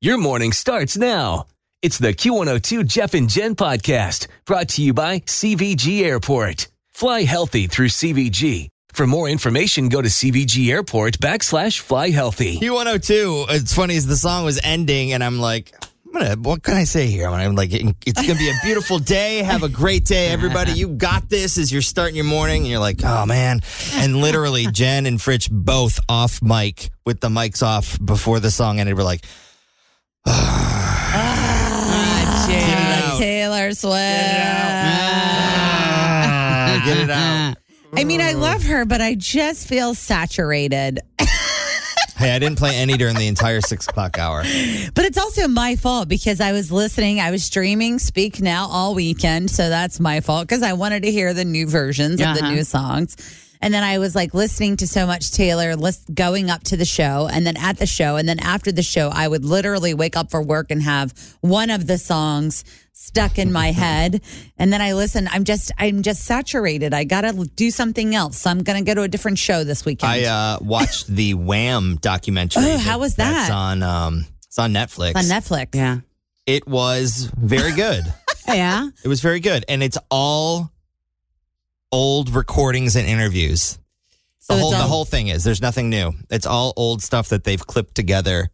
Your morning starts now. It's the Q102 Jeff and Jen podcast brought to you by CVG Airport. Fly healthy through CVG. For more information, go to CVG Airport backslash fly healthy. Q102. It's funny as the song was ending, and I'm like, I'm gonna, what can I say here? I'm like, it's gonna be a beautiful day. Have a great day, everybody. You got this as you're starting your morning. And you're like, oh man. And literally, Jen and Fritch both off mic with the mics off before the song ended. We're like, Ah, out. Taylor Swift. ah, get it out. I mean, I love her, but I just feel saturated. Hey, I didn't play any during the entire six o'clock hour. But it's also my fault because I was listening, I was streaming Speak Now all weekend. So that's my fault because I wanted to hear the new versions of the Uh-huh. new songs. And then I was like listening to so much Taylor list- going up to the show and then at the show. And then after the show, I would literally wake up for work and have one of the songs stuck in my head. And then I listen, I'm just, I'm just saturated. I got to do something else. So I'm going to go to a different show this weekend. I uh, watched the Wham documentary. Oh, how was that? That's on. Um, it's on Netflix. on Netflix. Yeah. it was very good. Yeah. It was very good. And it's all old recordings and interviews. the, So it's whole, the all- whole thing is there's nothing new. It's all old stuff that they've clipped together.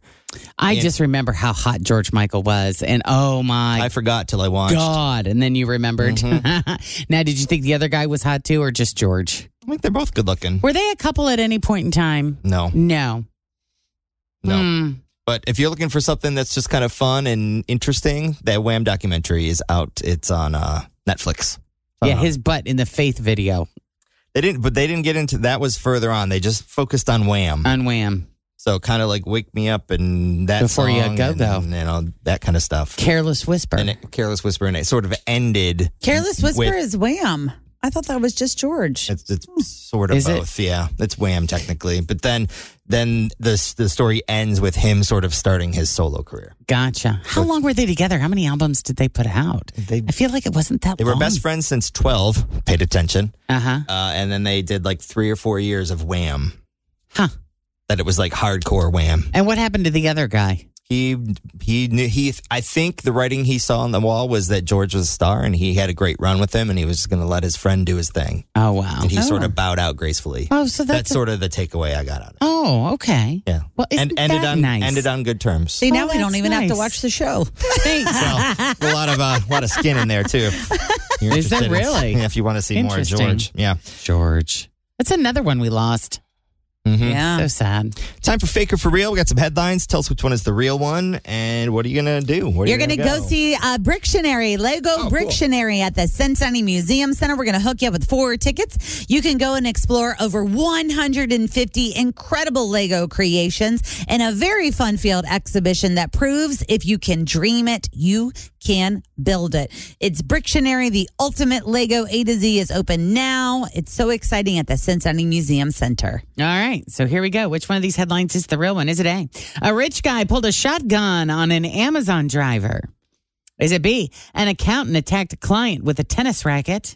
I Yeah. just remember how hot George Michael was. And oh I my forgot till I watched. Mm-hmm. God. And then you remembered. now, did you think the other guy was hot too or just George? I think they're both good looking. Were they a couple at any point in time? No, No. no. Hmm. Mm. But if you're looking for something that's just kind of fun and interesting, that Wham documentary is out. It's on uh, Netflix. Yeah, Uh, his butt in the faith video they didn't, but they didn't get into that. Was further on. They just focused on Wham. on Wham. so kind of like wake me up and that Before You song Go and, Go. and, you know that kind of stuff. Careless Whisper. and it, Careless Whisper, and it sort of ended. Careless Whisper with- is Wham. I thought that was just George. It's, it's sort of Is it? both, yeah. It's Wham technically, but then then the s- the story ends with him sort of starting his solo career. gotcha. How long were they together? How many albums did they put out? They I feel like it wasn't that they were long. best friends since twelve. Paid attention, Uh huh. uh, and then they did like three or four years of Wham. Huh. That it was like hardcore Wham. And what happened to the other guy? He he knew he. I think the writing he saw on the wall was that George was a star, and he had a great run with him, and he was going to let his friend do his thing, Oh, wow. and he Oh. sort of bowed out gracefully. Oh, so that's that's. a- sort of the takeaway I got out of it. oh, okay. Yeah. Well, isn't and ended that on nice? ended on good terms. See, now Oh, we don't that's even have to nice. watch the show. Thanks. well, a lot of uh, a lot of skin in there too. If you're Is that interested in- really? yeah, if you want to see more of Interesting. George, yeah. George. That's another one we lost. Mhm. Yeah. So sad. Time for fake or for real. We got some headlines. Tell us which one is the real one, and what are you gonna do? Where are You're you going to go see uh, Brictionary, Lego Oh, Brictionary at the Cincinnati Museum Center. We're going to hook you up with four tickets. You can go and explore over 150 incredible Lego creations in a very fun field exhibition that proves if you can dream it, you can build it. It's Brictionary, the ultimate Lego A to Z is open now. It's so exciting at the Cincinnati Museum Center. All right. So here we go. Which one of these headlines is the real one? Is it A? A rich guy pulled a shotgun on an Amazon driver. Is it B? An accountant attacked a client with a tennis racket.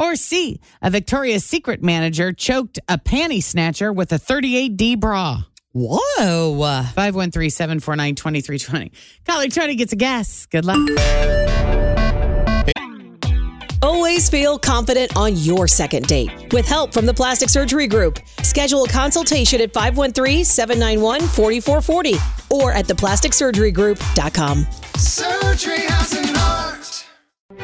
Or C? A Victoria's Secret manager choked a panty snatcher with a 38D bra. Whoa. 513 749 2320. Caller 20 gets a guess. Good luck. Always feel confident on your second date with help from the Plastic Surgery Group. Schedule a consultation at 513 791 4440 or at theplasticsurgerygroup.com.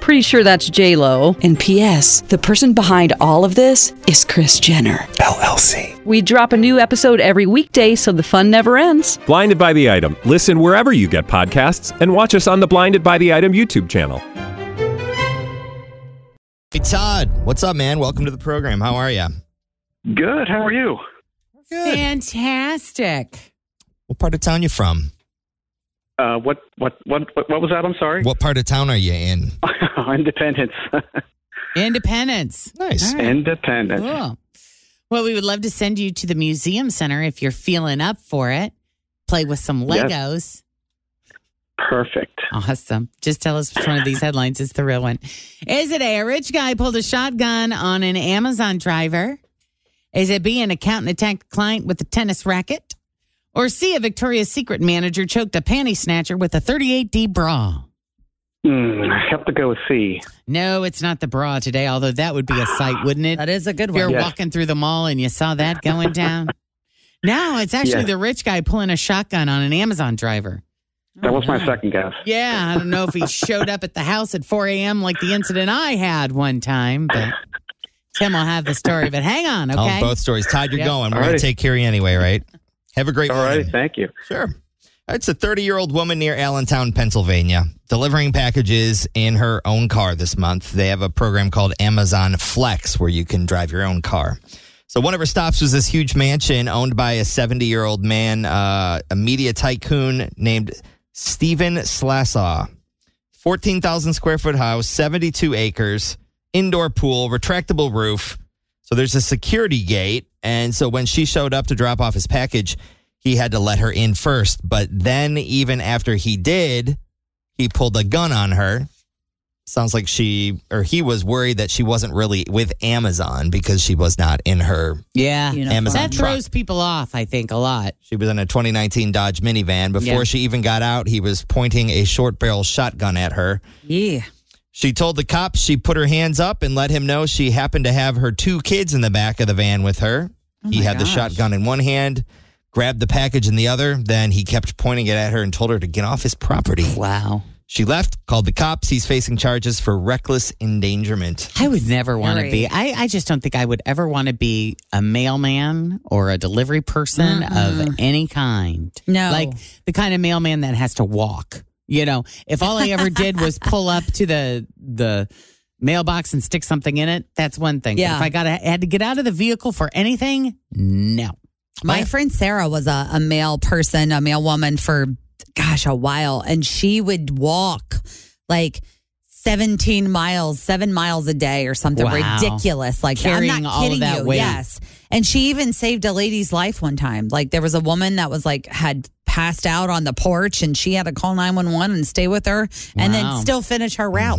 Pretty sure that's J Lo. And P.S. The person behind all of this is Chris Jenner. We drop a new episode every weekday, so the fun never ends. Blinded by the Item. Listen wherever you get podcasts and watch us on the Blinded by the Item YouTube channel. Hey, Todd, what's up, man? Welcome to the program. How are you? Good. How are you? Good. Fantastic. What part of town you from? Uh, what, what what what what was that? I'm sorry. What part of town are you in? Independence. Independence. Nice. All right. Independence. Cool. Well, we would love to send you to the museum center if you're feeling up for it. Play with some Yes. Legos. Perfect. Awesome. Just tell us which one of these headlines is the real one. Is it A, a rich guy pulled a shotgun on an Amazon driver? Is it B, an accountant attacked a client with a tennis racket? Or C, a Victoria's Secret manager choked a panty snatcher with a 38D bra? Mm, I have to go with C. No, it's not the bra today, although that would be a sight, wouldn't it? That is a good If you're one. Yes. walking through the mall and you saw that going down. no, it's actually Yes. the rich guy pulling a shotgun on an Amazon driver. That was my second guess. Yeah, I don't know if he showed up at the house at 4 a.m. like the incident I had one time, but Tim will have the story. But hang on, Oh, okay? both stories. Todd, you're Yep. going. We're All going right. to take care of you anyway, right? Have a great All right. morning. Thank you. Sure. It's a 30 year old woman near Allentown, Pennsylvania, delivering packages in her own car this month. They have a program called Amazon Flex where you can drive your own car. So, one of her stops was this huge mansion owned by a 70 year old man, uh, a media tycoon named Stephen Slasaw. 14,000 square foot house, 72 acres, indoor pool, retractable roof. So there's a security gate. And so when she showed up to drop off his package, he had to let her in first. But then, even after he did, he pulled a gun on her. Sounds like she or he was worried that she wasn't really with Amazon because she was not in her. Yeah. Uniform. Amazon. That throws people off, I think, a lot. She was in a 2019 Dodge minivan. Before Yeah. she even got out, he was pointing a short barrel shotgun at her. Yeah. She told the cops she put her hands up and let him know she happened to have her two kids in the back of the van with her. he Oh my had the gosh. shotgun in one hand, grabbed the package in the other, then he kept pointing it at her and told her to get off his property. Wow. She left, called the cops. He's facing charges for reckless endangerment. I would never want to Very. be. I, I just don't think I would ever want to be a mailman or a delivery person of any kind. No. Like the kind of mailman that has to walk. You know, if all I ever did was pull up to the the mailbox and stick something in it, that's one thing. But Yeah. if I got I had to get out of the vehicle for anything, no. My friend Sarah was a, a male person, a male woman for gosh, a while, and she would walk like 17 miles, seven miles a day or something Wow. ridiculous like that. I'm Carrying not all of kidding that you. weight. Yes. And she even saved a lady's life one time. Like there was a woman that was like had passed out on the porch and she had to call 911 and stay with her and Wow. Mm-hmm. then still finish her route.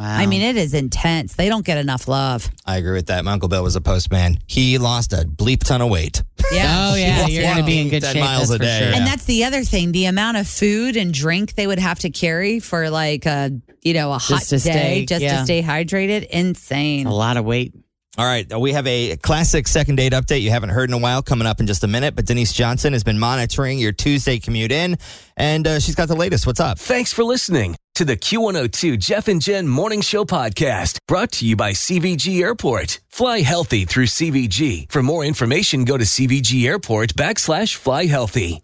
Wow. I mean, it is intense. They don't get enough love. I agree with that. My Uncle Bill was a postman. He lost a bleep ton of weight. Yeah. oh yeah, walked you're gonna be in good 10 shape. miles that's a for day. sure. Yeah. And that's the other thing, the amount of food and drink they would have to carry for like a, you know, a hot Just to day stay- just yeah. to stay hydrated. Insane. a lot of weight. All right, we have a classic second date update you haven't heard in a while coming up in just a minute. But Denise Johnson has been monitoring your Tuesday commute in, and uh, she's got the latest. What's up? Thanks for listening to the Q102 Jeff and Jen Morning Show podcast brought to you by CVG Airport. Fly healthy through CVG. For more information, go to CVG Airport backslash fly healthy.